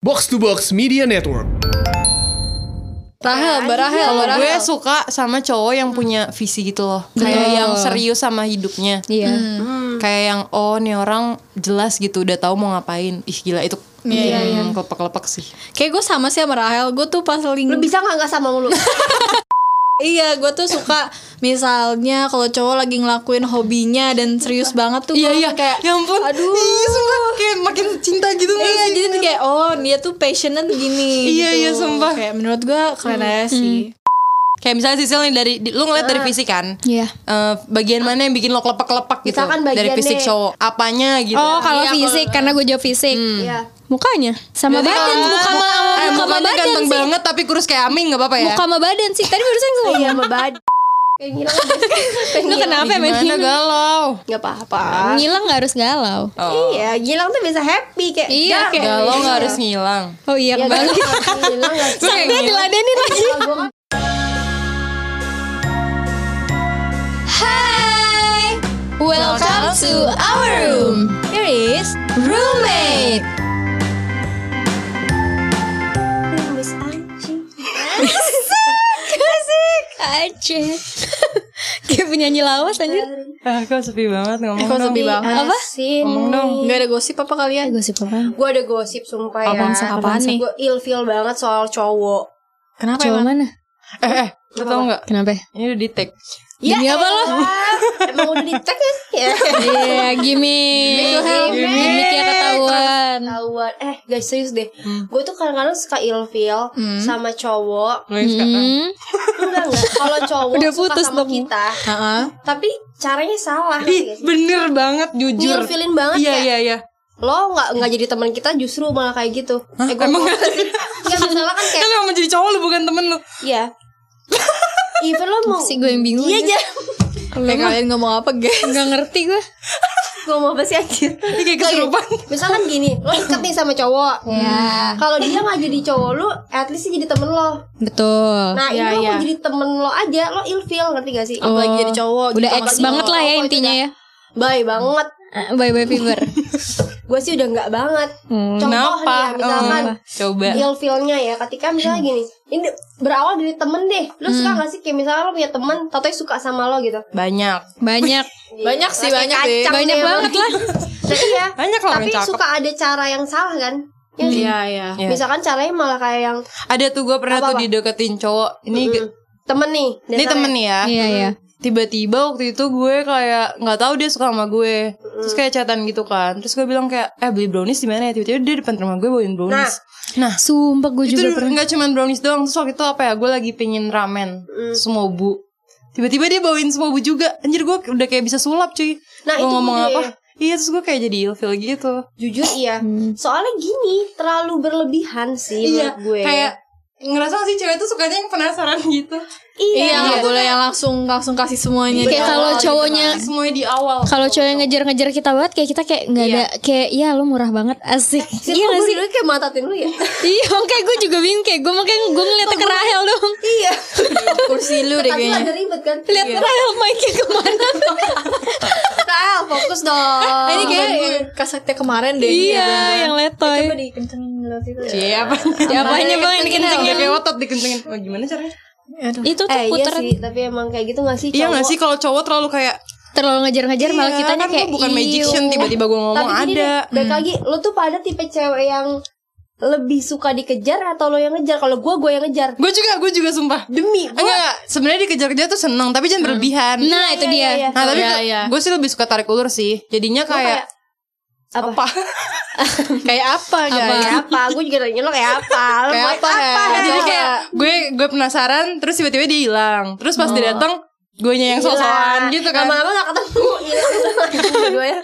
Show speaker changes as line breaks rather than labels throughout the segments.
Box to Box Media Network.
Rahel, Mbak Rahel,
Kalau
Mbak
gue
Rahel.
suka sama cowok yang punya visi gitu loh Kayak
Betul.
yang serius sama hidupnya Hmm.
Iya.
Kayak yang oh nih orang jelas gitu udah tahu mau ngapain Ih gila itu
Iya, iya.
hmm, kelepek-kelepek sih
Kayak gue sama sih sama Rahel. Gue tuh pas link.
Lu bisa nggak nggak sama mulu?
Hmm. Iya, gue tuh suka misalnya kalau cowok lagi ngelakuin hobinya dan serius banget tuh.
Iya
gua
iya
Kayak
ya ampun
Aduh.
Iya sumpah kayak makin cinta gitu gak
Iya,
sih?
jadi tuh kayak oh dia tuh passionate gini.
Iya,
gitu.
iya, sumpah.
Kayak menurut gue keren aja sih.
Kayak misalnya Sisil nih dari di- Lu ngeliat dari visi kan
Iya.
Eh, Bagian mana yang bikin lo kelepek-kelepek gitu
Misalkan
Dari
bagiannya-
fisik cowok Apanya gitu
Oh, kalau
Iya,
fisik karena gue jawab fisik.
Iya.
Mukanya sama
Berarti
badan,
kalau
muka
muka, eh,
muka sama
mukanya
badan
ganteng
sih.
banget tapi kurus kayak Aming gak apa-apa ya
Muka sama badan sih. Tadi barusan sama.
Iya, sama bad. Kayak gila kan? Kayak
Lu
ngilang.
kenapa
ya, Gimana
emang?
galau
Nggak apa-apa.
Ngilang gak harus galau.
Oh.
Iya, gilang tuh bisa happy kayak.
Iya,
down.
kayak-
Galau gak harus ngilang
Oh iya,
Iya,
kembali.
kan? Gilang nggak sih?
Kayak
Gue
gila.
diladenin lagi.
Kalau gua kan-
Hai, welcome to our room. Here is roommate.
Miss anjing.
Asik, aja. Kayak penyanyi lawas anjir.
Ah, kok sepi banget ngomong Iya.
Kok sepi banget. Apa?
Asin.
Ngomong dong.
Gak ada gosip apa kalian? Eh, Gosip apa?
Gue ada gosip sumpah ya.
Apaan sih, apaan nih?
Gue ilfeel banget soal cowok.
Kenapa Cowok mana?
Eh, eh, lu tau gak?
Kenapa?
Ini udah di tag
Demi Iya, apa lo?
elah. Iya. Emang udah dicek ya? Ya.
Iya, gimmick.
Gimmick.
Gimmick ya ketahuan.
Ketahuan. Eh, guys serius deh.
Hmm.
Gue tuh kadang-kadang suka ilfeel sama cowok.
Mulai sekarang
Hmm.
Enggak enggak. Kalau cowok
Udah
suka
putus
sama
dong.
kita, tapi caranya salah. gitu.
Ih,
ngerti nggak sih?
bener banget, jujur
Ngilfilin banget
Iya,
kayak
iya, iya
lo nggak nggak jadi teman kita justru malah kayak gitu. Eh, gua
Emang
mau-
nggak sih?
Nggak masalah kan
Kan
kayak
emang jadi cowok lu, bukan temen lu
iya. Even lo mau
Si gue yang bingung.
iya aja.
kalian ngomong apa, guys? Gak ngerti gue.
Gue mau apa sih anjir?
Ini
iya.
kayak kesurupan
Misalkan gini, lo deket nih sama cowok.
Ya,
Kalau dia nggak jadi cowok lu, at least dia jadi temen lo.
betul.
Nah,
Ya,
ini lo
ya.
mau jadi temen lo aja, lo ilfeel ngerti gak sih?
Oh.
Apalagi jadi cowok.
Udah
gitu.
ex
Apalagi
banget lah ya
cowok itu
intinya
udah
ya.
Bye banget.
Bye bye Eh, fever.
Gue sih udah nggak banget.
Hmm.
Contoh
Kenapa?
nih ya, misalkan
Eh, Coba
Iya.
ilfeelnya ya ketika misalnya gini ini berawal dari temen deh lu suka gak sih kayak misalnya lo punya temen tatoy suka sama lo gitu
Banyak
Banyak.
banyak sih banyak deh
Banyak banget lah.
nah, iya
Banyak lah orang
tapi
cakep.
suka ada cara yang salah kan Iya nggak sih?
iya.
Iya.
misalkan caranya malah kayak yang
Ada tuh gue pernah tuh
Apa-apa?
dideketin cowok Ini
mm, temen nih
Ini
dasarnya.
temen nih ya
Iya iya.
tiba-tiba waktu itu gue kayak nggak tahu dia suka sama gue terus kayak chatan gitu kan terus gue bilang kayak eh beli brownies di mana ya tiba-tiba dia depan rumah gue bawain brownies nah,
Sumpah gue
itu
juga
dulu
pernah.
nggak cuman brownies doang terus waktu itu apa ya gue lagi pengen ramen semua bu tiba-tiba dia bawain semua bu juga anjir gue udah kayak bisa sulap cuy
Nah,
Gue
itu
ngomong
gue.
apa iya terus gue kayak jadi ilfil gitu
jujur iya soalnya gini terlalu berlebihan sih menurut gue
Iya, kayak ngerasa sih cewek tuh sukanya yang penasaran gitu
iya,
nggak
boleh
yang langsung langsung kasih semuanya. Nah, Kayak kalau cowoknya
gitu,
semuanya di awal
kalau cowoknya ngejar-ngejar kita banget kayak kita kayak nggak ada kayak ya lu murah banget asik.
Sini
iya
kok
gak
gue
sih?
dulu kayak matatin lu ya
iya, kayak gue juga bingung kayak gue makanya gue ngeliatnya ke Rahel dong.
Iya
kursi lu
Tadi ada ribet kan
Lihat Rahel mic-nya kemana?
Rahel fokus dong
Ini kayak
kasetnya kemarin
iya, yang letoy.
Coba dikencengin lo situ ya.
Siapa?
Apanya bang yang dikencengin?
Kayak otot dikencengin. Oh, gimana caranya?
Itu tuh
Eh iya
puter
sih, tapi emang kayak gitu gak sih?
Iya
cowok?
gak sih kalau cowok terlalu kayak
terlalu ngejar-ngejar malah
"Iya,
kita
kan
kayak
gua bukan
"Iu."
magician tiba-tiba gue
Tapi
ngomong
gini
ada. Hmm.
deh, baik lagi, lo tuh pada tipe cewek yang lebih suka dikejar atau lo yang ngejar? Kalau gue, gue yang ngejar.
Gue juga, gue juga sumpah.
Demi
Enggak, enggak. sebenarnya dikejar-kejar tuh seneng, tapi jangan berlebihan.
Nah, itu
Iya,
dia.
iya, iya.
Nah, tapi
Iya, iya.
gue sih lebih suka tarik ulur sih. Jadinya kayak,
apa?
apa?
Kayak apa,
Kayak apa? Gue juga nanya lo kayak apa? Lo
kayak
mau
apa? ya?"
Hel?
ya?"
Jadi kayak gue gue penasaran, terus tiba-tiba dia hilang. Terus pas
Oh.
dia datang, gue yang sosokan
Gila.
gitu kan.
Iya. Lama-lama gak ketemu. Hilang dua ya.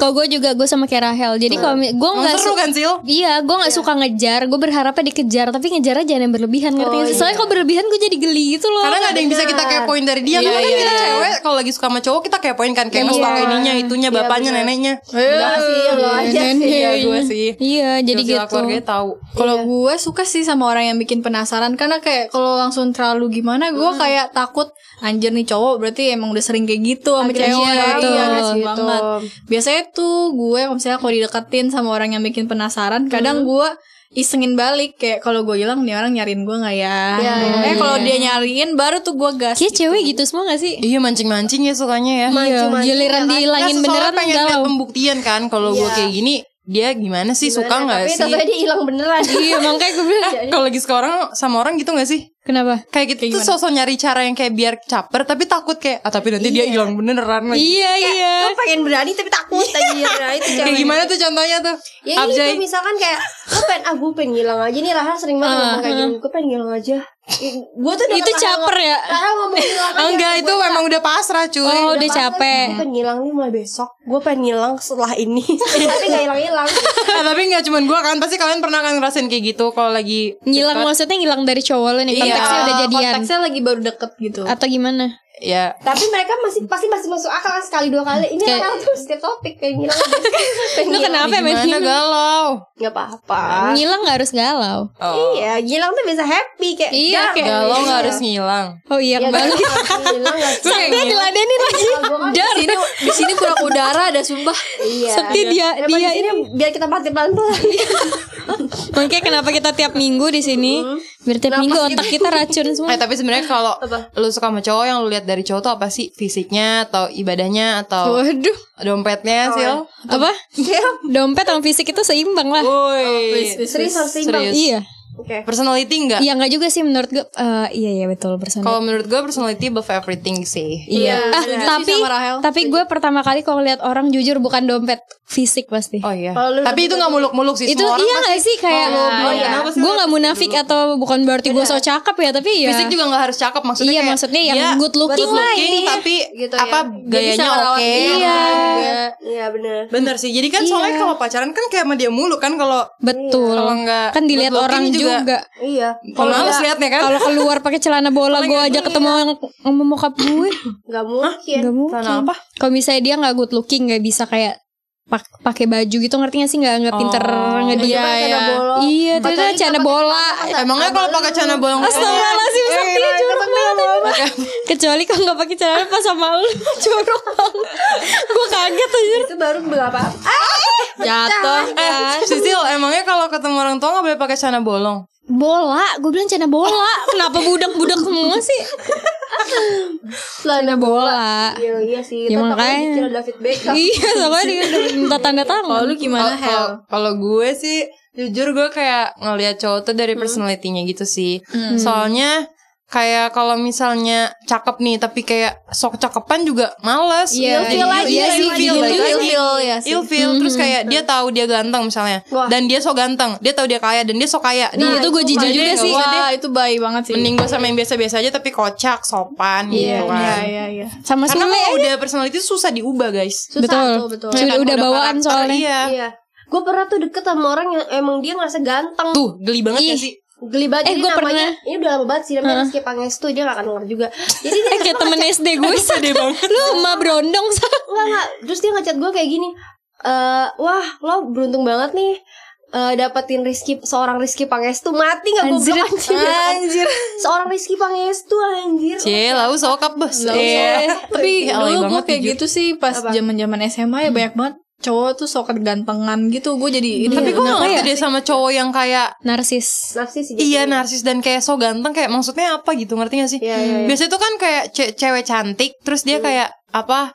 Kalau gue juga gue sama kayak Rahel. Jadi kalau mi- gue
Emang
nggak su-
seru kan, Sil?
Iya, gue nggak suka ngejar. Gue berharapnya dikejar, tapi ngejar aja jangan yang berlebihan ngerti nggak sih? Soalnya kalau berlebihan gue jadi geli gitu loh.
Karena gak ada yang bisa kita kepoin dari dia
Iya,
Karena kan kita cewek kalau lagi suka sama cowok kita kepoin kan Kayak ngestalk ininya, itunya,
Iya,
bapaknya, neneknya
Enggak sih, ya lo aja sih.
Iya gue sih
Iya, jadi
Silsila
gitu.
keluarganya tahu
Kalau gue suka sih sama orang yang bikin penasaran karena kayak kalau langsung terlalu gimana gue kayak takut
anjir nih cowok berarti emang udah sering kayak gitu sama
Agresif
cewek
banget,
Iya, agresif
gitu.
banget biasanya tuh gue kalau misalnya kalau dideketin sama orang yang bikin penasaran kadang gue isengin balik kayak kalau gue hilang nih orang nyariin gue nggak ya
Iya, iya,
Eh, kalau dia nyariin baru tuh gue gas
Kayak cewek gitu semua gak sih?
Iya mancing-mancing ya sukanya ya.
Mancing,
Iya,
mancing, ya
giliran
kan?
dihilangin
Nggak, soalnya
beneran
pengen lihat
galau.
pembuktian kan kalau gue
Iya.
kayak gini dia gimana sih suka
Gimana?
nggak
Nah, Tapi
sih? Eh,
ternyata dia hilang beneran.
Iya, makanya gue bilang
Kalau lagi suka orang sama orang gitu nggak sih?
kenapa?
Kayak gitu tuh sosok nyari cara yang kayak biar caper tapi takut kayak ah tapi nanti dia hilang beneran lagi.
Iya, iya.
Lo pengen berani tapi takut anjir. Nah, itu
Kayak
cewek.
gimana tuh contohnya tuh?
Ya
Abjay.
itu misalkan kayak lo pengen ah gue pengen hilang aja nih Rahel sering banget ngomong kayak gini gue pengen hilang aja. Gue tuh
Ah, Itu caper ya?
Rahel ngomong hilang aja.
Oh, Enggak itu memang udah pasrah cuy.
Oh, udah capek.
Gue pengen hilang nih mulai besok. Gue pengen hilang setelah ini. Tapi gak hilang-hilang.
Iya.
Eh, tapi nggak cuman gue kan pasti kalian pernah kan ngerasain kayak gitu kalau lagi
Ngilang maksudnya ngilang dari cowok lo nih konteksnya udah jadian Ah.
konteksnya lagi baru deket gitu
atau gimana?
ya
Tapi mereka masih pasti masih masuk akal kan sekali dua kali. Ini
Kayak-
Rahel tuh setiap topik pengen hilang. aja. pengen
Lu
hilang.
kenapa emang
gimana galau.
Gak apa-apa.
Ngilang gak harus galau.
Iya, hilang tuh bisa happy kayak.
Oh. Iya,
"Dah,
kayak-
Galau nggak harus ngilang.
Oh iya,
Ya,
kembali.
hilang gak sih?
Sampai diladenin lagi.
Gua kan-
di sini di sini kurang udara ada sumpah
Iya.
Sedih dia Iya,
Daripada
dia
di sini biar kita mati pelan-pelan.
Makanya kenapa kita tiap minggu di sini?
Mm-hmm.
Biar tiap minggu otak kita racun semua.
Eh tapi sebenarnya kalau lu suka sama cowok yang lu lihat dari cowok tuh apa sih? Fisiknya atau ibadahnya atau
Waduh,
dompetnya sih?
apa?
Iya.
Dompet sama fisik itu seimbang lah.
Woi.
Serius harus seimbang.
Serius.
Iya.
Oke.
Personality enggak?
Iya enggak juga sih menurut gue. Eh, iya iya betul personal.
Kalau menurut gue personality above everything sih.
Iya. Ah,
Setuju sih
tapi
sama Rahel.
tapi gue pertama kali kalau lihat orang jujur bukan dompet, fisik pasti.
Oh iya.
Kalau lu-
Tapi itu nggak muluk-muluk sih.
itu
Semua orang
iya
pasti- Oh,
nggak sih kayak
Kalau belum kenapa sih
gue nggak munafik atau bukan berarti gue so cakep ya tapi ya
Iya. Fisik juga nggak harus cakep maksudnya.
Iya,
kayak
maksudnya yang
dia
good looking Iya.
good
lah
looking,
intinya.
tapi
Gitu ya.
apa
Dia bisa
gayanya
ngerawat
oke.
diri
Iya.
juga.
Iya benar.
Bener sih. Jadi kan soalnya kalau pacaran kan kayak sama dia mulu kan kalau
betul
Kalau nggak
kan dilihat
good
orang
looking
juga,
Iya. juga.
Iya.
kalau harus lihatnya kan.
kalau keluar pakai celana bola gue aja ketemu
iya.
yang sama bokap gue
Gak mungkin.
nggak mungkin
celana apa?
kalau misalnya dia nggak good looking nggak bisa kayak pak- pakai baju gitu ngerti gak sih nggak nggak pinter
Iya,
ngedia
iya.
iya itu tuh celana bola
Emangnya kalau pakai celana bolong
Astagfirullahaladzim Sakti
Iya,
jorok banget anjir. Kecuali kalau gak pakai celana pas sama lu Jorok banget Gue kaget aja
Itu baru Ah! berapa?
jatuh
Eh, Sisil, emangnya kalau ketemu orang tua nggak boleh pakai celana bolong?
Bola Gue bilang celana bola Kenapa budak-budak semua sih Celana bola
Iya iya sih.
Ya,
Tetap
makanya.
aja kira David Beckham.
Iya soalnya dia udah minta tanda
kalau lu
tangan
gimana Hel
Kalau- Kalau gue sih jujur gue kayak ngelihat cowok tuh dari personality-nya gitu sih. Soalnya kayak kalau misalnya cakep nih tapi kayak sok cakepan juga males.
Iya,
Jadi
feel
ill-
aja,
iya,
feel
ill feel
aja.
balik
Ill
lagi.
feel ya sih.
Ill feel, terus kayak dia tahu dia ganteng misalnya
Wah.
dan dia sok ganteng, dia tahu dia kaya dan dia sok kaya.
Nah itu gue jijik
makanya
juga
nggak
sih
usah deh.
wah itu baik banget sih
Mending gue sama yang biasa-biasa aja tapi kocak, sopan gitu kan.
iya iya iya
Sama
Karena kan
Sule
kalau udah personality susah diubah guys.
susah
Betul.
tuh, betul.
Iya
Sudah udah bawaan
karakter,
soalnya
kan? Iya.
Iya. Gue pernah tuh deket sama orang yang emang dia ngerasa ganteng.
Tuh, geli banget ya sih.
Geli banget.
Eh,
Jadi
gua
namanya, Ini udah lama banget sih. Namanya Rizky Pangestu. Dia gak akan denger juga. Jadi dia
Eh kayak temen SD gue Sade banget Lu emak berondong Sak.
Enggak, enggak. Terus dia ngechat gue kayak gini. eh wah, lo beruntung banget nih. eh dapetin Rizky seorang Rizky Pangestu mati nggak
Anjir.
goblok anjir.
anjir
seorang Rizky Pangestu anjir
Cie, lau sokap bos. Iya.
tapi
Iya, alay
dulu gue
banget,
kayak
jujur.
gitu sih pas zaman zaman SMA ya banyak banget cowok tuh sok gantengan gitu gue jadi itu
Tapi gue gak
ya
ngerti deh sama cowok yang kayak
Gitu. Narsis
narsis sih gitu.
Iya narsis dan kayak so ganteng kayak maksudnya apa gitu ngerti gak sih?
Iya, iya, iya.
Biasanya tuh kan kayak ce- cewek cantik terus dia kayak apa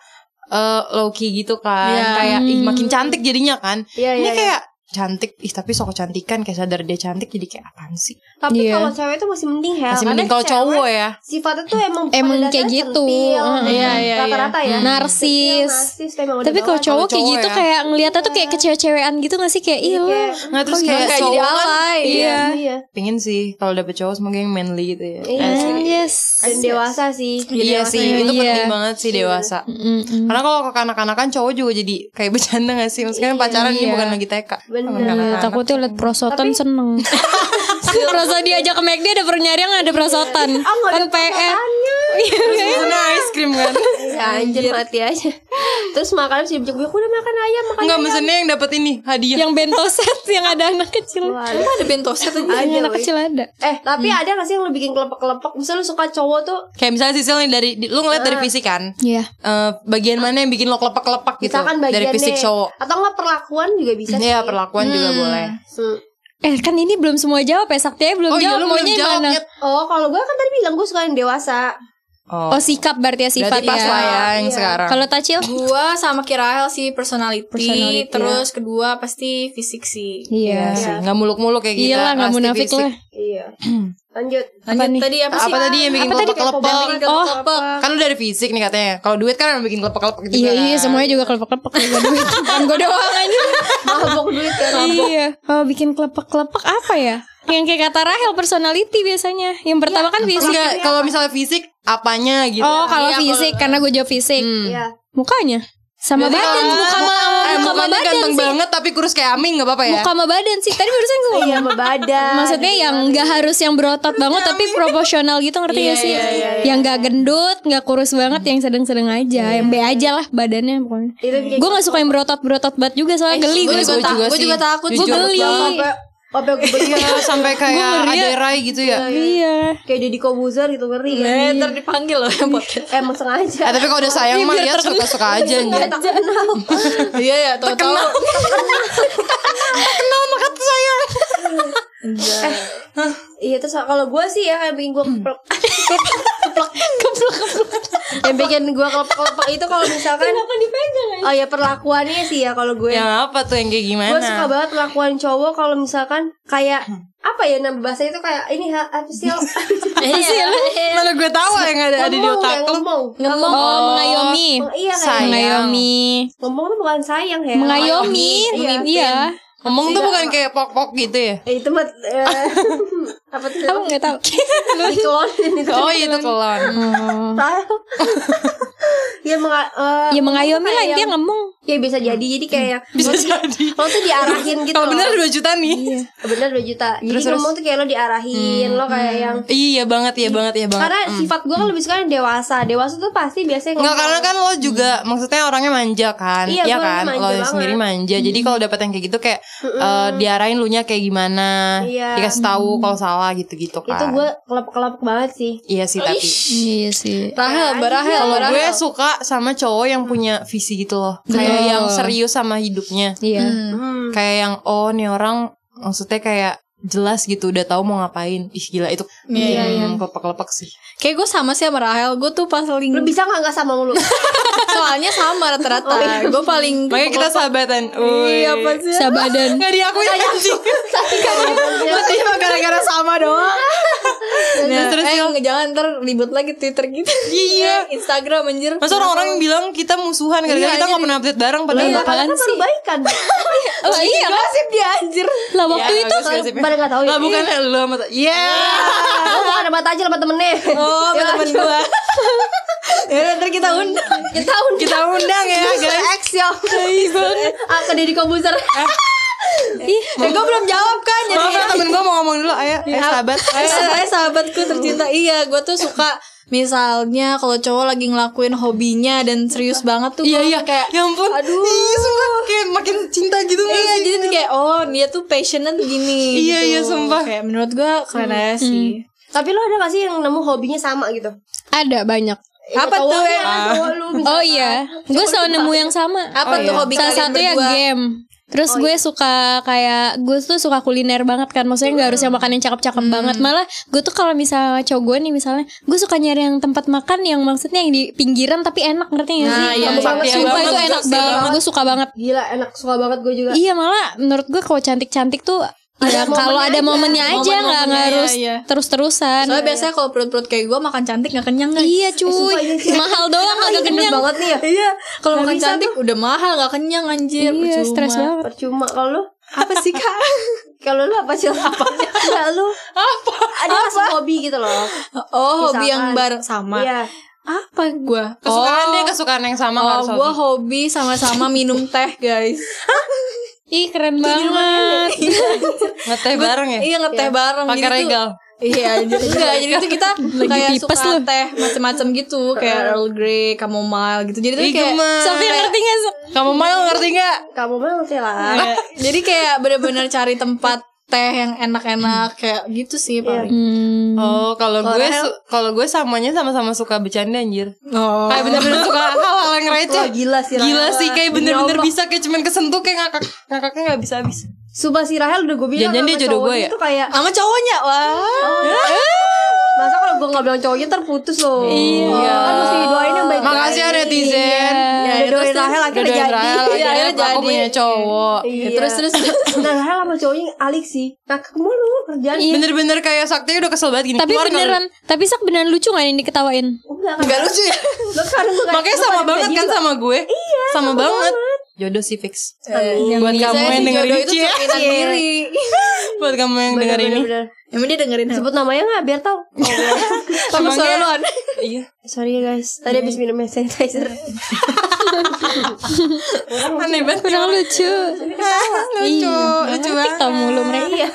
eh low key gitu kan
Iya.
kayak ih makin cantik jadinya kan.
Iya,
Ini
iya, iya.
kayak cantik ih tapi sok kecantikan kayak sadar dia cantik jadi kayak apaan sih?
tapi
Iya.
kalau cewek itu masih mending ya
Masih
karena
mending kalau
cewek
cowok ya.
sifatnya tuh emang pada
Emang kayak
dasarnya
gitu.
centil,
Heeh.
emang
Iya, iya, iya.
rata-rata ya
Narsis
narsis tuh
Oh,
emang udah
Tapi kalau
bawaan.
cowok kayak
cowok
gitu
ya.
Kayak ngeliatnya tuh kayak kecewa-cewean gitu gak sih Kayak iya
Kayak-
Nggak terus
Kok
kayak,
kayak
gimana?
jadi
cowok kan
alay
iya iya
pengen sih kalau dapet cowok semoga yang manly gitu ya.
Iya.
Asik.
Eh, Yes
dan dewasa ya. sih
Iya sih, itu
Iya.
penting banget sih dewasa.
Mm-mm.
Karena kalau ke kanak-kanakan cowok juga jadi kayak bercanda gak sih? Maksudnya kan pacaran ini bukan lagi TK.
Bener.
Sama kanak-kanak.
Nah, Takutnya liat prosotan seneng Perasaan diajak ke McD ada pernyarian ada prosotan
nggak
Iya. Oh,
Kan Iya,
ada
PR
Iya, pernyariannya.
Terus pesennya ice cream kan
Ya anjir mati aja Terus makan si gue Udah makan ayam makan
Enggak mesennya yang dapat ini Hadiah
yang bento set yang ada anak kecil.
Waduh.
Ada bento set aja.
Yang
Ada,
anak
woy.
kecil ada.
Eh tapi ada gak sih yang lu bikin kelepek-kelepek Misalnya lu suka cowok tuh
Kayak misalnya Sisil nih dari di- Lu ngeliat dari fisik kan
Iya.
Eh, Bagian mana yang bikin lo kelepak-kelepak gitu
Misalkan
Dari
bagiannya
fisik cowok
Atau enggak perlakuan juga bisa sih
Iya perlakuan juga
Hmm.
boleh
Hmm.
Eh kan ini belum semua jawab ya Sakti belum
Oh iya lu
jawab
belum
maunya yang
jawab
mana?
Nyet.
Oh kalau gue kan tadi bilang gue suka yang dewasa
Oh sikap berarti ya sifat
Berarti pas lah
ya.
ya yang
Iya.
sekarang
Kalau tacil?
Gua sama Kirahel sih personality,
Personality,
terus kedua pasti fisik sih.
Iya
Iya.
sih Gak muluk-muluk kayak kita
Iyalah nggak
pasti
munafik
fisik.
lah.
Iya Lanjut
Lanjut
nih?
tadi apa, sih?
Apa tadi yang bikin
Apa tadi?
kelepek-kelepek
Yang bikin
Oh,
kelepek-kelepek.
Kan lu dari fisik nih katanya Kalau duit kan yang bikin kelepek-kelepek juga
Iya iya
kan.
semuanya juga kelepek-kelepek juga duit. Bukan gue doang aja.
Mabok duit kan
Iya. Oh bikin kelepek-kelepek apa ya? Yang kayak kata Rahel personality biasanya. Yang pertama kan fisik.
Enggak Kalau misalnya fisik Apanya gitu
Oh kalau
Iya, Iya,
fisik karena gue jawab fisik.
Hmm.
Iya
Mukanya sama
Berarti
badan,
kalau
muka
muka- eh,
sama muka sama
mukanya
badan
ganteng
sih.
banget tapi kurus kayak Aming nggak apa-apa ya.
Muka sama badan sih. Tadi barusan gue
Iya sama badan
Maksudnya yang nggak harus yang berotot banget tapi proporsional gitu ngerti
Iya,
gak sih?
iya, iya, Hmm.
Yang nggak gendut, nggak kurus banget, yang sedang-sedang aja, yang
Iya.
B aja lah badannya pokoknya.
Itu bikin
Gue nggak suka yang berotot-berotot banget juga soalnya geli
Gue
gue.
juga,
Gua
ta-
juga
gua
sih.
juga takut
Eh, Jujur.
gue beli.
Geli.
Sampai Sampai gue beli
Iya, sampai kayak
Gua ngeri ya.
aderai gitu ya.
Iya.
Kayak jadi kobuzer gitu ngeri kan
Iya.
Eh, ntar dipanggil loh yang podcast.
Emang sengaja
Iya.
Eh, tapi kalau udah sayang mah ya suka-suka aja anjir.
Tak kenal
Iya ya, tahu-tahu.
Iya terus kalau gue sih ya Yang bikin gue keplek Yang bikin gue kelepek-kelepek itu Kalau misalkan Oh ya perlakuannya sih ya kalau
Iya.
gue
Yang apa tuh yang kayak gimana?
Gue suka banget perlakuan cowok kalau misalkan kayak apa ya nama bahasa itu kayak ini ha- apa sih lo?
Eh,
Mana gue tahu yang ada ada di
Ngomong,
otak
kayak
lu.
ngomong.
Oh, mengayomi.
Iya kayak
Sayang.
Mengayomi.
ngomong tuh bukan sayang ya.
Mengayomi.
Iya.
Iya.
Ngomong tuh bukan kayak pok-pok gitu ya.
Eh, itu mah eh, apa tuh?
Apa nggak tahu?
Dikeluarin itu.
Oh, iya itu kelon.
Oh.
Tahu. Ya menga- eh,
Ya mengayomi lah
kayak
dia ngomong.
Ya bisa jadi jadi kayak
Hmm. Bisa jadi.
lo tuh diarahin gitu.
Kalau bener
loh. Eh,
2 juta
Iya.
nih.
bener 2 juta.
Terus,
Jadi
Hmm, terus.
ngomong tuh kayak lo diarahin, lo kayak yang
Iya banget, iya banget, iya banget.
karena sifat gue kan lebih suka yang dewasa. Dewasa tuh pasti biasanya
Enggak
ngomong.
karena kan lo juga maksudnya orangnya manja kan.
Iya,
Iya
gua
kan?
manja
Lo
banget.
sendiri manja. Jadi kalau dapat yang kayak gitu kayak eh, diarahin lu nya kayak gimana,
Iya.
dikasih tahu kalau salah gitu-gitu kan.
itu gue kelap-kelap banget sih
Iya sih tapi
Iya sih.
Rahel, Barahel,
kalau
Barahel.
gue suka sama cowok yang punya visi gitu loh. Kayak
Betul.
yang serius sama hidupnya.
Iya.
Hmm.
Mm.
Kayak yang oh nih orang maksudnya kayak jelas gitu udah tahu mau ngapain. Ih gila itu.
Iya,
Hmm, kelepek-kelepek sih.
Kayak gue sama sih sama Rahel. Gue tuh paling
Hmm. lu bisa nggak nggak sama lu
soalnya sama rata-rata. Gue paling
Makanya kita sahabatan. Iya, apa sih?
Sabadan.
Enggak diakuin anjing.
Iya,
Berarti cuma gara-gara sama doang.
Nah,
terus
eh, nggak, jangan ntar ribut lagi Twitter gitu.
Iya.
Instagram anjir. Eh,
Masa orang-orang yang bilang kita musuhan
Iya,
gara-gara kita nggak
jadi-
pernah update bareng padahal
Iya.
bakalan
Apaan
kan baru
sih?
baikan
Oh iya.
Nasib dia anjir.
Lah waktu
Iya,
itu
baru nggak tahu ya
Lah bukan lu sama Iya.
Gua bukan sama aja sama temennya
Oh, sama temen gua.
Ya ntar kita undang.
kita undang
Kita undang ya, guys.
Ya, X ya ah ke Deddy Kombuser
Eh, gue belum jawab kan jadi.
Maaf ya temen gue mau ngomong dulu Ayo, ayo sahabat
Eh, eh, sahabatku tercinta iya gue tuh suka misalnya kalau cowok lagi ngelakuin hobinya dan serius banget tuh
Iya
gua
iya
kayak
Ya ampun
Aduh.
Iya sumpah Kayak makin cinta gitu gak
iya
sih?
jadi tuh kayak oh dia tuh passionate gini
Iya,
gitu.
iya, sumpah. Hmm.
kayak menurut gue keren aja sih
Hmm. tapi lu ada gak sih yang nemu hobinya sama gitu
ada banyak.
Ya,
Apa
cowok
tuh,
lu
ya?
kan, cowok lu misalkan.
Oh iya, gue selalu nemu yang sama.
apa
Oh,
tuh
iya.
hobi
Salah
kalian
satu ya
berdua?
game. Terus gue suka kayak gue tuh suka kuliner banget kan, maksudnya nggak harus yang makan yang cakep-cakep banget. Malah gue tuh kalau misalnya cowok gue nih misalnya, gue suka nyari yang tempat makan yang maksudnya yang di pinggiran tapi enak ngerti nggak sih?
Nah, iya,
Sumpah,
iya,
sumpah
iya,
itu
banget,
enak
iya,
banget,
banget.
gue suka banget.
gila enak suka banget gue juga
Iya malah menurut gue kalau cantik-cantik tuh ya kalau ada momennya aja
Momen-momennya,
nggak harus
iya, iya.
terus-terusan.
soalnya biasanya kalau perut-perut kayak gue makan cantik gak kenyang kan
Iya cuy,
iya, cuy.
mahal doang agak kenyang.
banget nih ya
iya kalau makan
bisa
cantik udah mahal gak kenyang anjir
Iya,
percuma.
stres banget.
percuma kalau lu
apa sih kak
kalau lu apa sih apa lu
apa
ada gak sih hobi gitu loh
oh hobi
Misalkan.
yang bareng sama
iya
apa gue
Kesukaan dia kesukaan yang sama
Oh,
harus
gue hobi sama-sama minum teh guys
Ih keren banget.
Ngeteh ya. bareng ya
Iya ngeteh bareng
Eh, Pakai
Jadi tuh
regal
Iya, jadi enggak. Jadi itu kita
Lagi
kayak
tipes
suka
lu.
teh macam-macam gitu, kayak Earl Grey, chamomile gitu. Jadi tuh
Ih,
kayak
gemes.
Sofia
ya?
ngerti gak Sof?
Kamu malu ngerti gak?
Kamu banget sih lah.
Iya. jadi kayak bener-bener cari tempat teh yang enak-enak kayak gitu sih paling.
Hmm.
Oh, kalau
Kalau
gue
Rahel?
su- kalau gue samanya sama-sama suka bercanda anjir.
Oh.
Kayak bener-bener suka hal-hal yang receh.
Wah, gila sih Rahel.
Gila sih kayak bener-bener
Ya Allah.
bisa kayak cuman kesentuh kayak ngakak ngakaknya nggak bisa habis.
Sumpah si Rahel udah gue bilang
Jangan-jangan
Iya, sama
dia jodoh gue
cowoknya
ya?
tuh kayak
Sama cowoknya wah.
oh, Masa kalau gue gak bilang cowoknya ntar putus loh Iya Kan mesti doain yang baik-baik
Makasih ya netizen.
Iya.
Ya,
Doain
terus-
Rahel akhirnya
Doain
jadi
Rahel
Iya,
akhirnya
akhirnya
aku
jadi.
punya cowok. Gitu.
Iya.
Terus terus
Nah Rahel sama cowoknya alik sih Nah kamu lu kerjaan
Iya. Bener-bener kayak sakti udah kesel banget gini.
Tapi
"Keluar, keluar."
beneran, tapi sak beneran lucu gak ini diketawain?
Enggak kan
enggak lucu ya.
Lo kan gue kayak-
Makanya
gue
sama
kayak
banget
gitu.
kan sama gue. Iya. Sama banget. Jodoh sih fix.
Eh,
Buat
Saya
kamu
sih
yang dengerin
jodoh
ini,
itu
Cie. Iya.
cerminan diri.
buat kamu yang
Bener,
dengar ini. Nah.
bener, bener.
Emang dia dengerin
Sebut namanya gak biar tau oh,
sama
Emangnya-
selaluan.
Iya.
Sorry ya guys Tadi habis minum hand sanitizer
Aneh banget.
Kurang lucu.
Lucu, lucu banget.
Kita
Nah,
mulu mereka.
Iya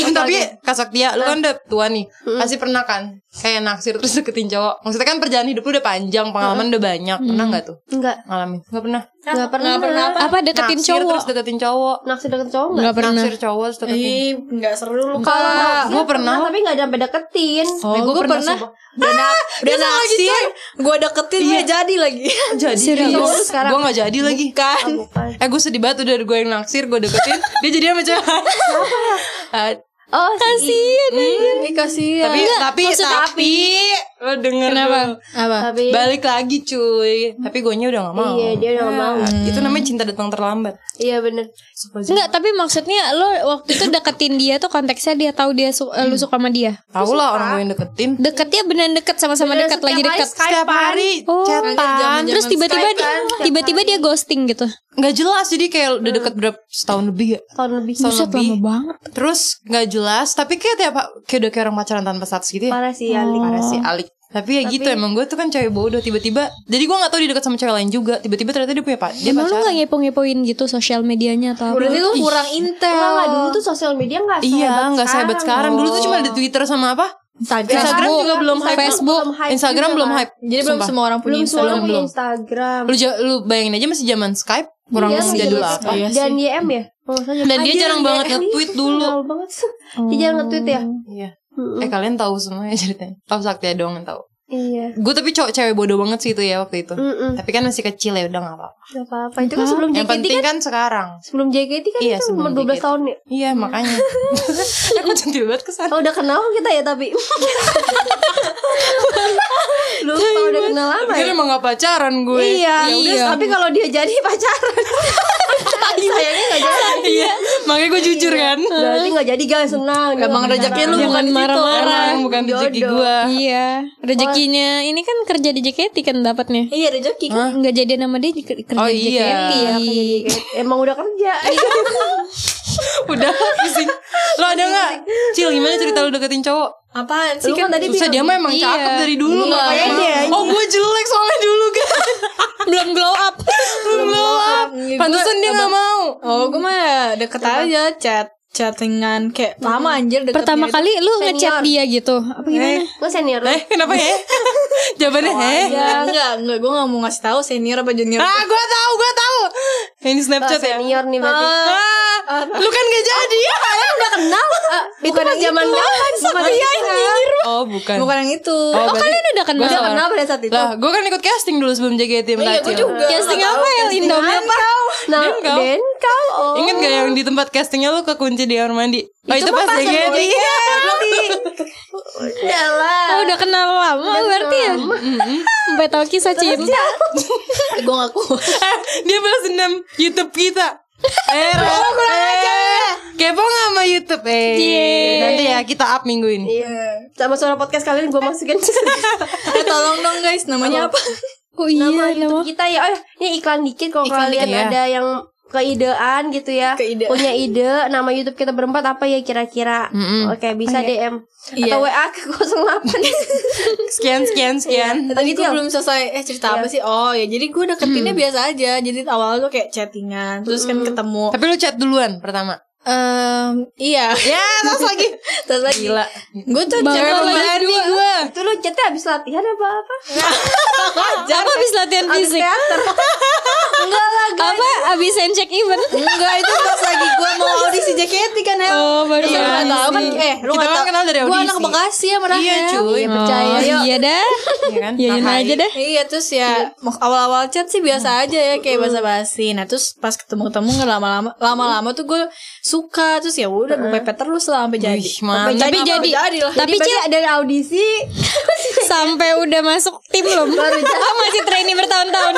Eh, tapi Kak Saktia, lu kan udah tua nih Pasti pernah kan Kayak naksir terus deketin cowok Maksudnya kan perjalanan hidup lu udah panjang Pengalaman udah banyak Pernah nggak tuh?
Enggak
Ngalamin? Gak pernah
Enggak pernah
Nah,
Apa deketin
Naksir
cowok?
terus deketin cowok
Naksir deket cowok enggak
Gak pernah.
Naksir cowok terus deketin
Ih, enggak seru lu
Kalau
Naksir
gue pernah
Iya, Tapi gak sampai deketin
Oh, gue pernah udah na- udah naksir, gue gitu. deketin dia jadi lagi.
jadi
Cowok lu
serius
sekarang.
Gue gak jadi lagi
Bukan.
Bukan.
Eh gue sedih banget udah gue yang naksir Gue deketin Dia jadi sama cewek Ah,
Oh
Kasian.
Ih, kasihan.
Tapi Tapi Tapi Lo denger
Kenapa?
dulu.
apa?
Tapi
Balik lagi cuy Tapi gue nya udah gak mau Ya.
Iya dia udah gak mau
Itu namanya cinta datang terlambat
Iya bener
Enggak, tapi maksudnya lo waktu itu deketin dia tuh konteksnya dia tahu dia su- eh, lu suka sama dia.
Tahu lah orang gue yang deketin
Deketnya beneran deket sama-sama
Beneran
deket
setiap
lagi
hari
deket.
Skype-an.
Setiap hari
Oh.
chatan
Zaman-zaman
Terus tiba-tiba dia, tiba-tiba dia ghosting gitu.
nggak jelas jadi kayak udah deket berapa setahun lebih ya
Tahun lebih
Setahun
Buset
lebih
lama banget.
Terus nggak jelas Tapi kayak tiap Kayak udah kayak orang pacaran tanpa status gitu ya
Parah sih Alik
Parah sih Alik Tapi ya gitu emang gue tuh kan cewek bodoh Tiba-tiba Jadi gue gak tau dia deket sama cewek lain juga Tiba-tiba ternyata dia punya pak Dia
Emang lu
pacaran
gak ngepo-ngepoin gitu sosial medianya atau apa?
Berarti lu kurang intel.
Enggak lah dulu tuh sosial media gak
Iya gak sehebat sekarang Dulu tuh cuma ada Twitter sama apa
Instagram.
Instagram juga belum hype
Facebook.
Belum hype
Instagram
juga,
belum
kan?
hype
Jadi belum
Sumpah.
semua orang punya
Belum semua
Instagram.
orang punya
belum.
Instagram
lu, ja- lu bayangin aja masih zaman Skype Kurang
Iya, masih
sejadul
zaman
apa
Iya sih.
Dan YM ya Oh, saya
Dan dia jarang
YM.
banget nge-tweet dulu
Jarang iya. banget Dia jarang nge-tweet ya
Iya
Mm-mm.
Eh kalian tahu semuanya ceritanya Tahu Saktia doang yang tahu
Iya
Gue tapi cowok cewek bodoh banget sih itu ya waktu itu
Mm-mm.
Tapi kan masih kecil ya udah gak apa-apa
Gak apa-apa Itu kan sebelum
Yang
JKT
penting
kan
kan sekarang
Sebelum JKT kan
Iya,
itu
sebelum
umur 12
JKT.
tahun ya
Iya makanya Aku cantik banget kesan
Oh udah kenal kita ya tapi Lupa udah kenal lama
Kan
ya
emang gak pacaran gue
Iya,
Ya udah,
iya. tapi kalau dia jadi pacaran Sayangnya gak jadi
Iya Makanya gue jujur
Iya.
kan
Berarti gak jadi guys, senang
Emang rezeki lu bukan
Iya.
Jangan
di situ.
marah-marah.
Emang bukan rezeki
Jodoh.
gue
Iya, rezekinya ini kan kerja di JKT kan dapatnya.
Iya rezeki.
Enggak jadi nama dia di- kerja
Oh,
di JKT.
iya.
ya. Emang udah kerja
Udah pusing Lo ada gak? Cil gimana cerita lu deketin cowok?
Apaan sih
Lu kan
kan?
tadi
Susah dia mah emang cakep dari dulu
Iya,
makanya
makanya.
Oh gue jelek soalnya dulu kan
Belum glow up.
Belum up Pantesan dia gak mau
Oh, gue mah deket aja chat chattingan kayak lama anjir deket
Pertama kali lu ngechat dia gitu.
Iya.
Apa gimana?
Gue senior lu
Eh kenapa ya? Jawabannya eh
Ya enggak, enggak gue gak mau ngasih tahu senior apa junior.
Ah, gue tahu, gue tahu. Ini Snapchat ya.
Senior nih berarti
Ah, lu kan gak jadi ya?
Udah kenal
Ah,
Bukan yang zaman kapan Bukan yang itu
Oh, bukan.
Iya, Bukan yang itu.
Oh, kalian udah kenal.
Udah kenal pada saat itu
Lah, gue kan ikut casting dulu sebelum JKT sama
Iya,
Kacil.
gue juga.
Casting
Nggak
apa
tahu.
ya Indomie apa?
Nah,
Dia engkau.
dan kau oh
Ingat gak yang di tempat castingnya lu kekunci di kamar mandi? Oh, itu, pas
pas
JKT.
sebelum
Iya.
Udah lah
Oh, udah kenal lama berarti ya. Sampai tahu kisah cinta.
Gue gak kuat.
Eh, Dia balas dendam YouTube kita. Eh, Ra- eh, kepo gak sama YouTube? Eh,
Yeay.
nanti ya kita up minggu ini.
Iya Sama suara podcast kalian gue masukin
Eh, tolong dong guys, namanya apa?
Oh iya,
Nama
nama.
YouTube kita ya Oh ini iklan dikit Kalau
Iklan
kalian
dikit, ya.
ada yang keidean gitu ya
Keide.
punya ide nama YouTube kita berempat apa ya kira-kira
Mm-mm.
oke bisa DM
Iya.
atau WA ke 08
Sekian, sekian, sekian.
Tadi gue Nah, belum selesai Eh cerita
Iya.
apa sih Oh ya jadi gue
Hmm.
deketinnya biasa aja Jadi awal tuh kayak chattingan Terus kan ketemu
Tapi lu chat duluan pertama.
Em, iya.
Ya, terus lagi.
Terus lagi.
Gila.
Gue tuh
Bangga
cewek
lagi
pemberani
dua.
gue.
Itu lu chatnya habis latihan apa apa?
Apa abis latihan
Habis
fisik?
teater. Enggak lah, guys.
Apa abis hand check event?
Enggak, itu pas lagi gue mau audisi JKT kan, Hel.
Oh, baru
Iya,
tahu.
nggak tahu kan eh lu
Kita
nggak
kan
tahu.
kenal dari
Gue
audisi.
anak Bekasi ya merah.
Iya, cuy.
Iya percaya.
Oh,
Yuk.
iya dah.
Iya kan?
Yain
Nah,
aja deh. Hmm.
Iya terus ya mak- awal-awal chat sih biasa aja ya kayak basa-basi. Nah terus pas ketemu-ketemu nggak lama-lama lama-lama tuh gue suka terus ya udah gue pepet terus lah sampai jadi.
Wih,
Sampai
mantap.
Hmm. Tapi
apa,
jadi,
jadi lah.
tapi Cil
dari audisi
sampai udah masuk tim belum? Oh, masih trainee bertahun-tahun.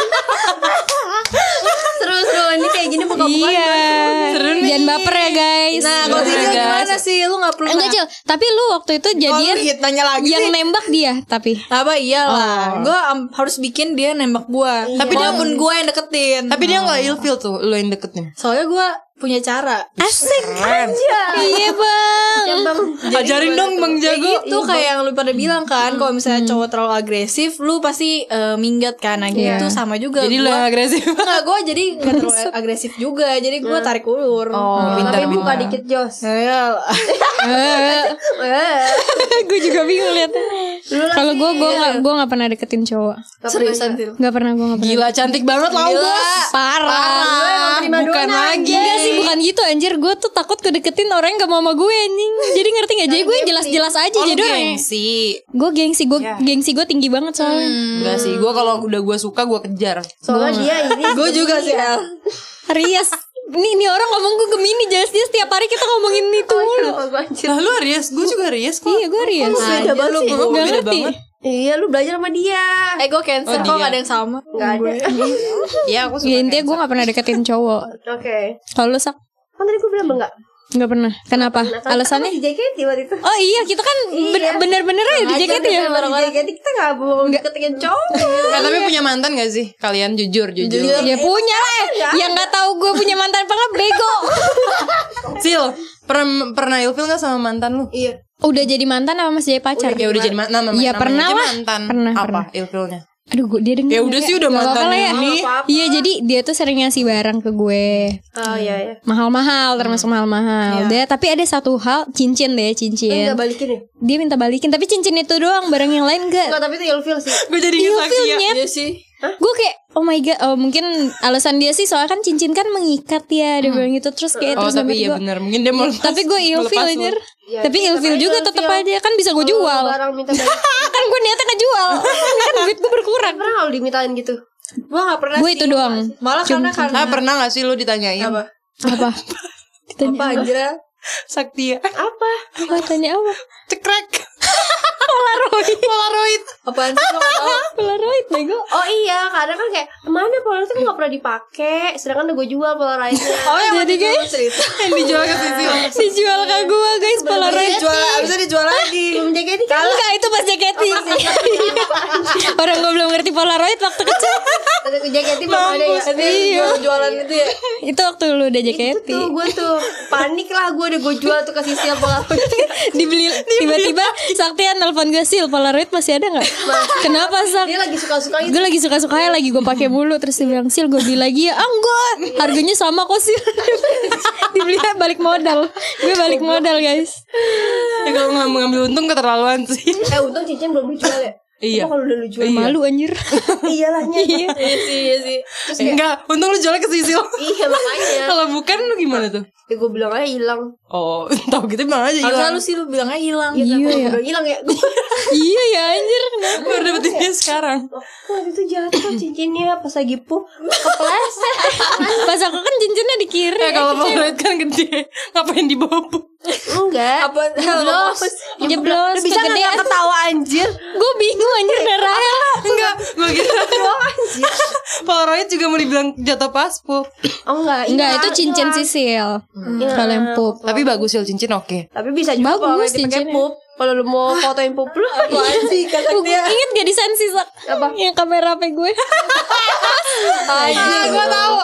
seru-seru ini kayak gini buka
iya. Jangan baper ya guys.
Nah kalau
Iya,
Cil
guys.
gimana sih lu nggak perlu
Enggak Cil, tapi lu waktu itu
Jadi
jadian
nanya iya. lagi
yang
sih.
nembak dia tapi
apa iya
Oh.
iyalah gue harus bikin dia nembak gue
Iya.
tapi
dia-
walaupun gue yang deketin
Tapi dia gak ilfeel tuh, lu yang deketin.
soalnya gue punya cara
asik
Keren.
iya bang
Ajarin dong Bang Hmm. Jago.
itu kayak yang lu pada bilang kan kalau misalnya cowok terlalu agresif lu pasti eh, minggat kan nah gitu
Iya.
sama juga
Jadi lu
gua,
yang agresif.
nggak gue jadi nggak terlalu agresif juga jadi gue tarik ulur
Iya. Oh, pintar
Tapi buka
emang.
dikit Jos.
gue Eh. juga bingung lihat kalau gue gue nggak gue nggak pernah deketin cowok
iya.
seriusan Sil.
nggak pernah gue nggak pernah
Gila, cantik banget lah bos.
parah
Bukan lagi.
Enggak sih bukan gitu anjir Gue tuh takut kedeketin orang yang gak mau sama gue anjing Jadi ngerti gak? Jadi gue yang jelas-jelas aja
Oh, lu
Jadi orang
gengsi.
Gue gengsi Gue gengsi gue tinggi banget soalnya
Enggak sih, gue kalau udah gue suka gue kejar.
Soalnya dia ini
gue juga sih El
Rias Nih, nih orang ngomong gue Gemini jelas dia setiap hari kita ngomongin itu mulu
Lah lu Aries, gue juga Aries kok.
Iya gue Rias
beda banget
lu
sih.
gue
Gak
beda
ngerti
banget.
Iya, lu belajar sama dia.
eh gue cancer
Oh,
kok
dia.
gak ada yang sama
Enggak ada.
Iya, aku suka.
Ya intinya gue gak pernah deketin cowok
Oke.
Kalau lu sak
Kan tadi gue bilang enggak.
Gak pernah Kenapa? Alasannya?
Kan ya, di JKT waktu itu.
Oh iya kita kan ben- bener-bener aja di JKT ya
Di JKT kita enggak mau deketin cowok.
Eh, tapi punya mantan gak sih? Kalian jujur, jujur.
Ya punya lah Yang gak tahu gue punya mantan apa nggak, bego
Sil, pernah pernah ilfil gak sama mantan lu?
Iya.
Udah jadi mantan apa masih jadi pacar?
Ya udah jadi ma- nama namanya
Iya, pernah
aja
lah.
mantan.
Pernah,
Apa
pernah.
ilfilnya?
Aduh gue dia denger
Ya udah sih, udah
Gak
mantan
apa-apa lah ya.
ini.
Iya jadi dia tuh sering ngasih barang ke gue
Oh iya iya.
Mahal-mahal termasuk mahal-mahal Dia- Tapi ada satu hal cincin deh cincin
Enggak balikin ya?
Dia minta balikin tapi cincin itu doang barang yang lain enggak
Enggak, tapi itu ilfil sih.
Gue jadi ingat lagi ya.
Ilfilnya
Iya sih
Gue kayak oh my god oh, mungkin alasan dia sih soalnya kan cincin kan mengikat ya Dia bilang gitu terus kayak
Oh
terus
tapi
menurut
iya
gua-
bener Mungkin dia mau lepas
Tapi gue
mau
ilfil
lepas lu.
anjir
Ya,
Tapi
tetep
ilfil
aja
juga tetap
ilfil.
aja Kan bisa gue jual
Barang minta balik.
Kan gue niatnya ngejual Kan duit gue berkurang
Pernah enggak lu dimintain gitu?
gue gak pernah
Gue
sih.
itu doang
malah karena karena
Ah pernah gak sih lu ditanyain
apa
Apa?
apa anjir El?
Saktia
Apa?
Apa tanya apa?
ya? Cekrek Polaroid Polaroid
apaan sih lo nggak tahu?
Polaroid bego
Oh iya, kadang kan kayak mana polaroid itu nggak pernah dipakai, sedangkan udah gue jual polaroidnya.
Oh yang
Jadi,
waktu itu lo
guys.
cerita
Yang dijual ke Sisil
Dijual ke gua guys Polaroid
Dijual, abis itu dijual lagi
Belum JKT kan?
Enggak itu pas JKT Orang gue belum ngerti Polaroid waktu kecil
Ada ke JKT belum ada ya.
Iya Jualan itu ya
Itu waktu lu udah
Itu
JKT
tuh gue tuh panik lah gue udah gue jual tuh ke Sisil polaroid.
Dibeli Tiba-tiba Saktian nelfon gue Sil Polaroid masih ada gak? Kenapa Sak?
Dia lagi suka-suka gitu.
Gue lagi suka-suka ya lagi gue pakai mulu Terus dia bilang Sil gue beli lagi ya Ah enggak Harganya sama kok Sil Dibeli ya, balik modal Gue balik modal guys
Ya kalau nggak ngambil untung keterlaluan sih
Eh untung cincin belum dijual ya.
Iya.
Cuma kalau udah lu jual.
Malu anjir
Iyalahnya.
Iya
Iya sih iya sih
Enggak Untung lu jualnya ke Sisil
Iya makanya.
Kalau bukan lu gimana tuh?
Ya gue bilang aja hilang.
Oh tau gitu bilang aja
Harusnya
hilang
lu sih lu bilang aja hilang
Iya,
Iya
gua
ya.
bilang hilang ya. Gua-
Iya ya anjir kenapa?
Baru dapetin dia sekarang
Waktu itu jatuh cincinnya pas lagi pup kepleset.
Pas aku kan cincinnya di kiri
Ya kalau Polaroid kan gede Ngapain dibawa
Enggak.
Apa
Jeblos.
Jeblos
Lu Bisa nggak nggak
kegedean
ketawa anjir?
Gue bingung anjir darah
Enggak Gue kira
Anjir.
Polaroid juga mau dibilang jatuh paspor
Oh enggak.
Enggak
hilang,
itu cincin
hilang.
sisil Kalau yang pup
Tapi bagus Sil cincin oke
Tapi bisa juga
Bagus
kalau nggak dipakai
cincinnya.
pup. Kalau lu mau fotoin pup lu
Apaan sih kata
Tuh,
dia
Ingat gak di sensi sak Yang kamera HP gue
Anjir gue tahu.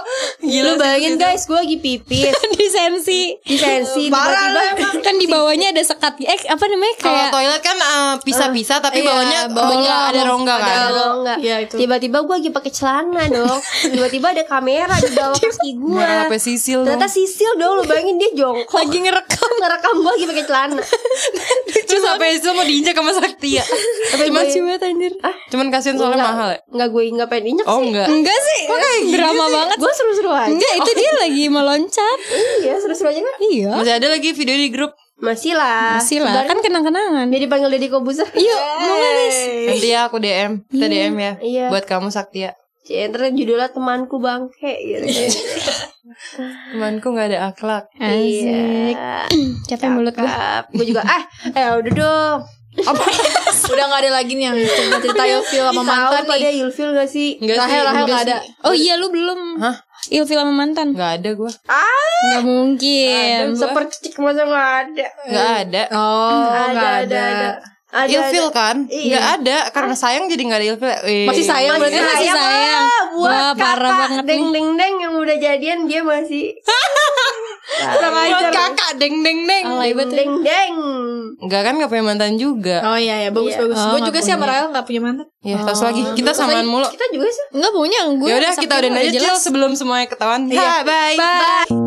Gila
Lu bayangin guys, gue lagi pipis
di sensi
di sensi
Parah lu
tiba-tiba
kan di bawahnya ada sekat eh apa namanya
Kalau
kayak
toilet kan eh, pisah-pisah tapi
Iya,
bawahnya bawahnya
bawah-
ada rongga kan.
ada
Kalau enggak,
Iya, itu.
tiba-tiba gue lagi pakai celana dong. Tiba-tiba ada kamera di bawah kaki gue.
Merah apa sisil dong.
Ternyata Iya, sisil dong, lu bayangin dia jongkok
lagi ngerekam
ngerekam gue lagi pakai celana.
Terus apa sisil mau diinjak sama Sakti ya? Cuman
gue-
cuman anjir. Cuman kasihan soalnya
Enggak,
mahal ya.
Enggak gue enggak pengen injek
Oh
sih.
enggak.
enggak sih drama banget
Gue seru-seru aja.
enggak itu dia lagi meloncat
Iya, seru-seru aja kan?
iya
Masih ada lagi video di grup.
Masih lah.
masih lah
Ibarat
kan kenang-kenangan
Dia dipanggil Deddy Kobuzer.
yuk mau guys
Nanti ya aku DM, kita DM ya.
Iya.
Buat kamu Sakti ya.
Center judulnya temanku bangke gitu.
Temanku nggak ada akhlak.
asik
Iya.
capek mulut gue
Gue juga ah, eh udah dong.
Udah gak ada lagi nih yang cerita-cerita
Iya.
Yofil sama
Ih,
mantan
tahu pada
nih
Yulfil gak sih?
Enggak
Rahel,
sih,
Rahel
enggak
gak ada
sih.
oh iya lu belum
Hah?
ilfil sama mantan
Nggak ada gue.
nggak mungkin
Ah, Sepercik masa gak ada.
Nggak ada.
Oh
ada,
gak
ada,
ada
ada. Ada,
Ilfil
ada.
kan?
Iya.
Nggak ada karena sayang jadi nggak ada ilfil. Eh,
Masih sayang berarti
sayang.
masih sayang
ah, buat
Wah,
kakak
parah banget
deng
nih.
deng deng yang udah jadian dia masih kurang
Buat
ajar
kakak deng deng deng.
Alay
deng
betul
deng deng
Enggak kan nggak punya mantan juga.
Oh iya ya bagus
Iya.
bagus.
Oh,
gue
nggak
juga sih sama
punya.
Rahel gak punya mantan.
Ya terus lagi kita samaan mulu.
kita juga sih
Enggak punya gue
Ya udah kita udah aja Cil sebelum semuanya ketahuan. Ya bye.
Bye.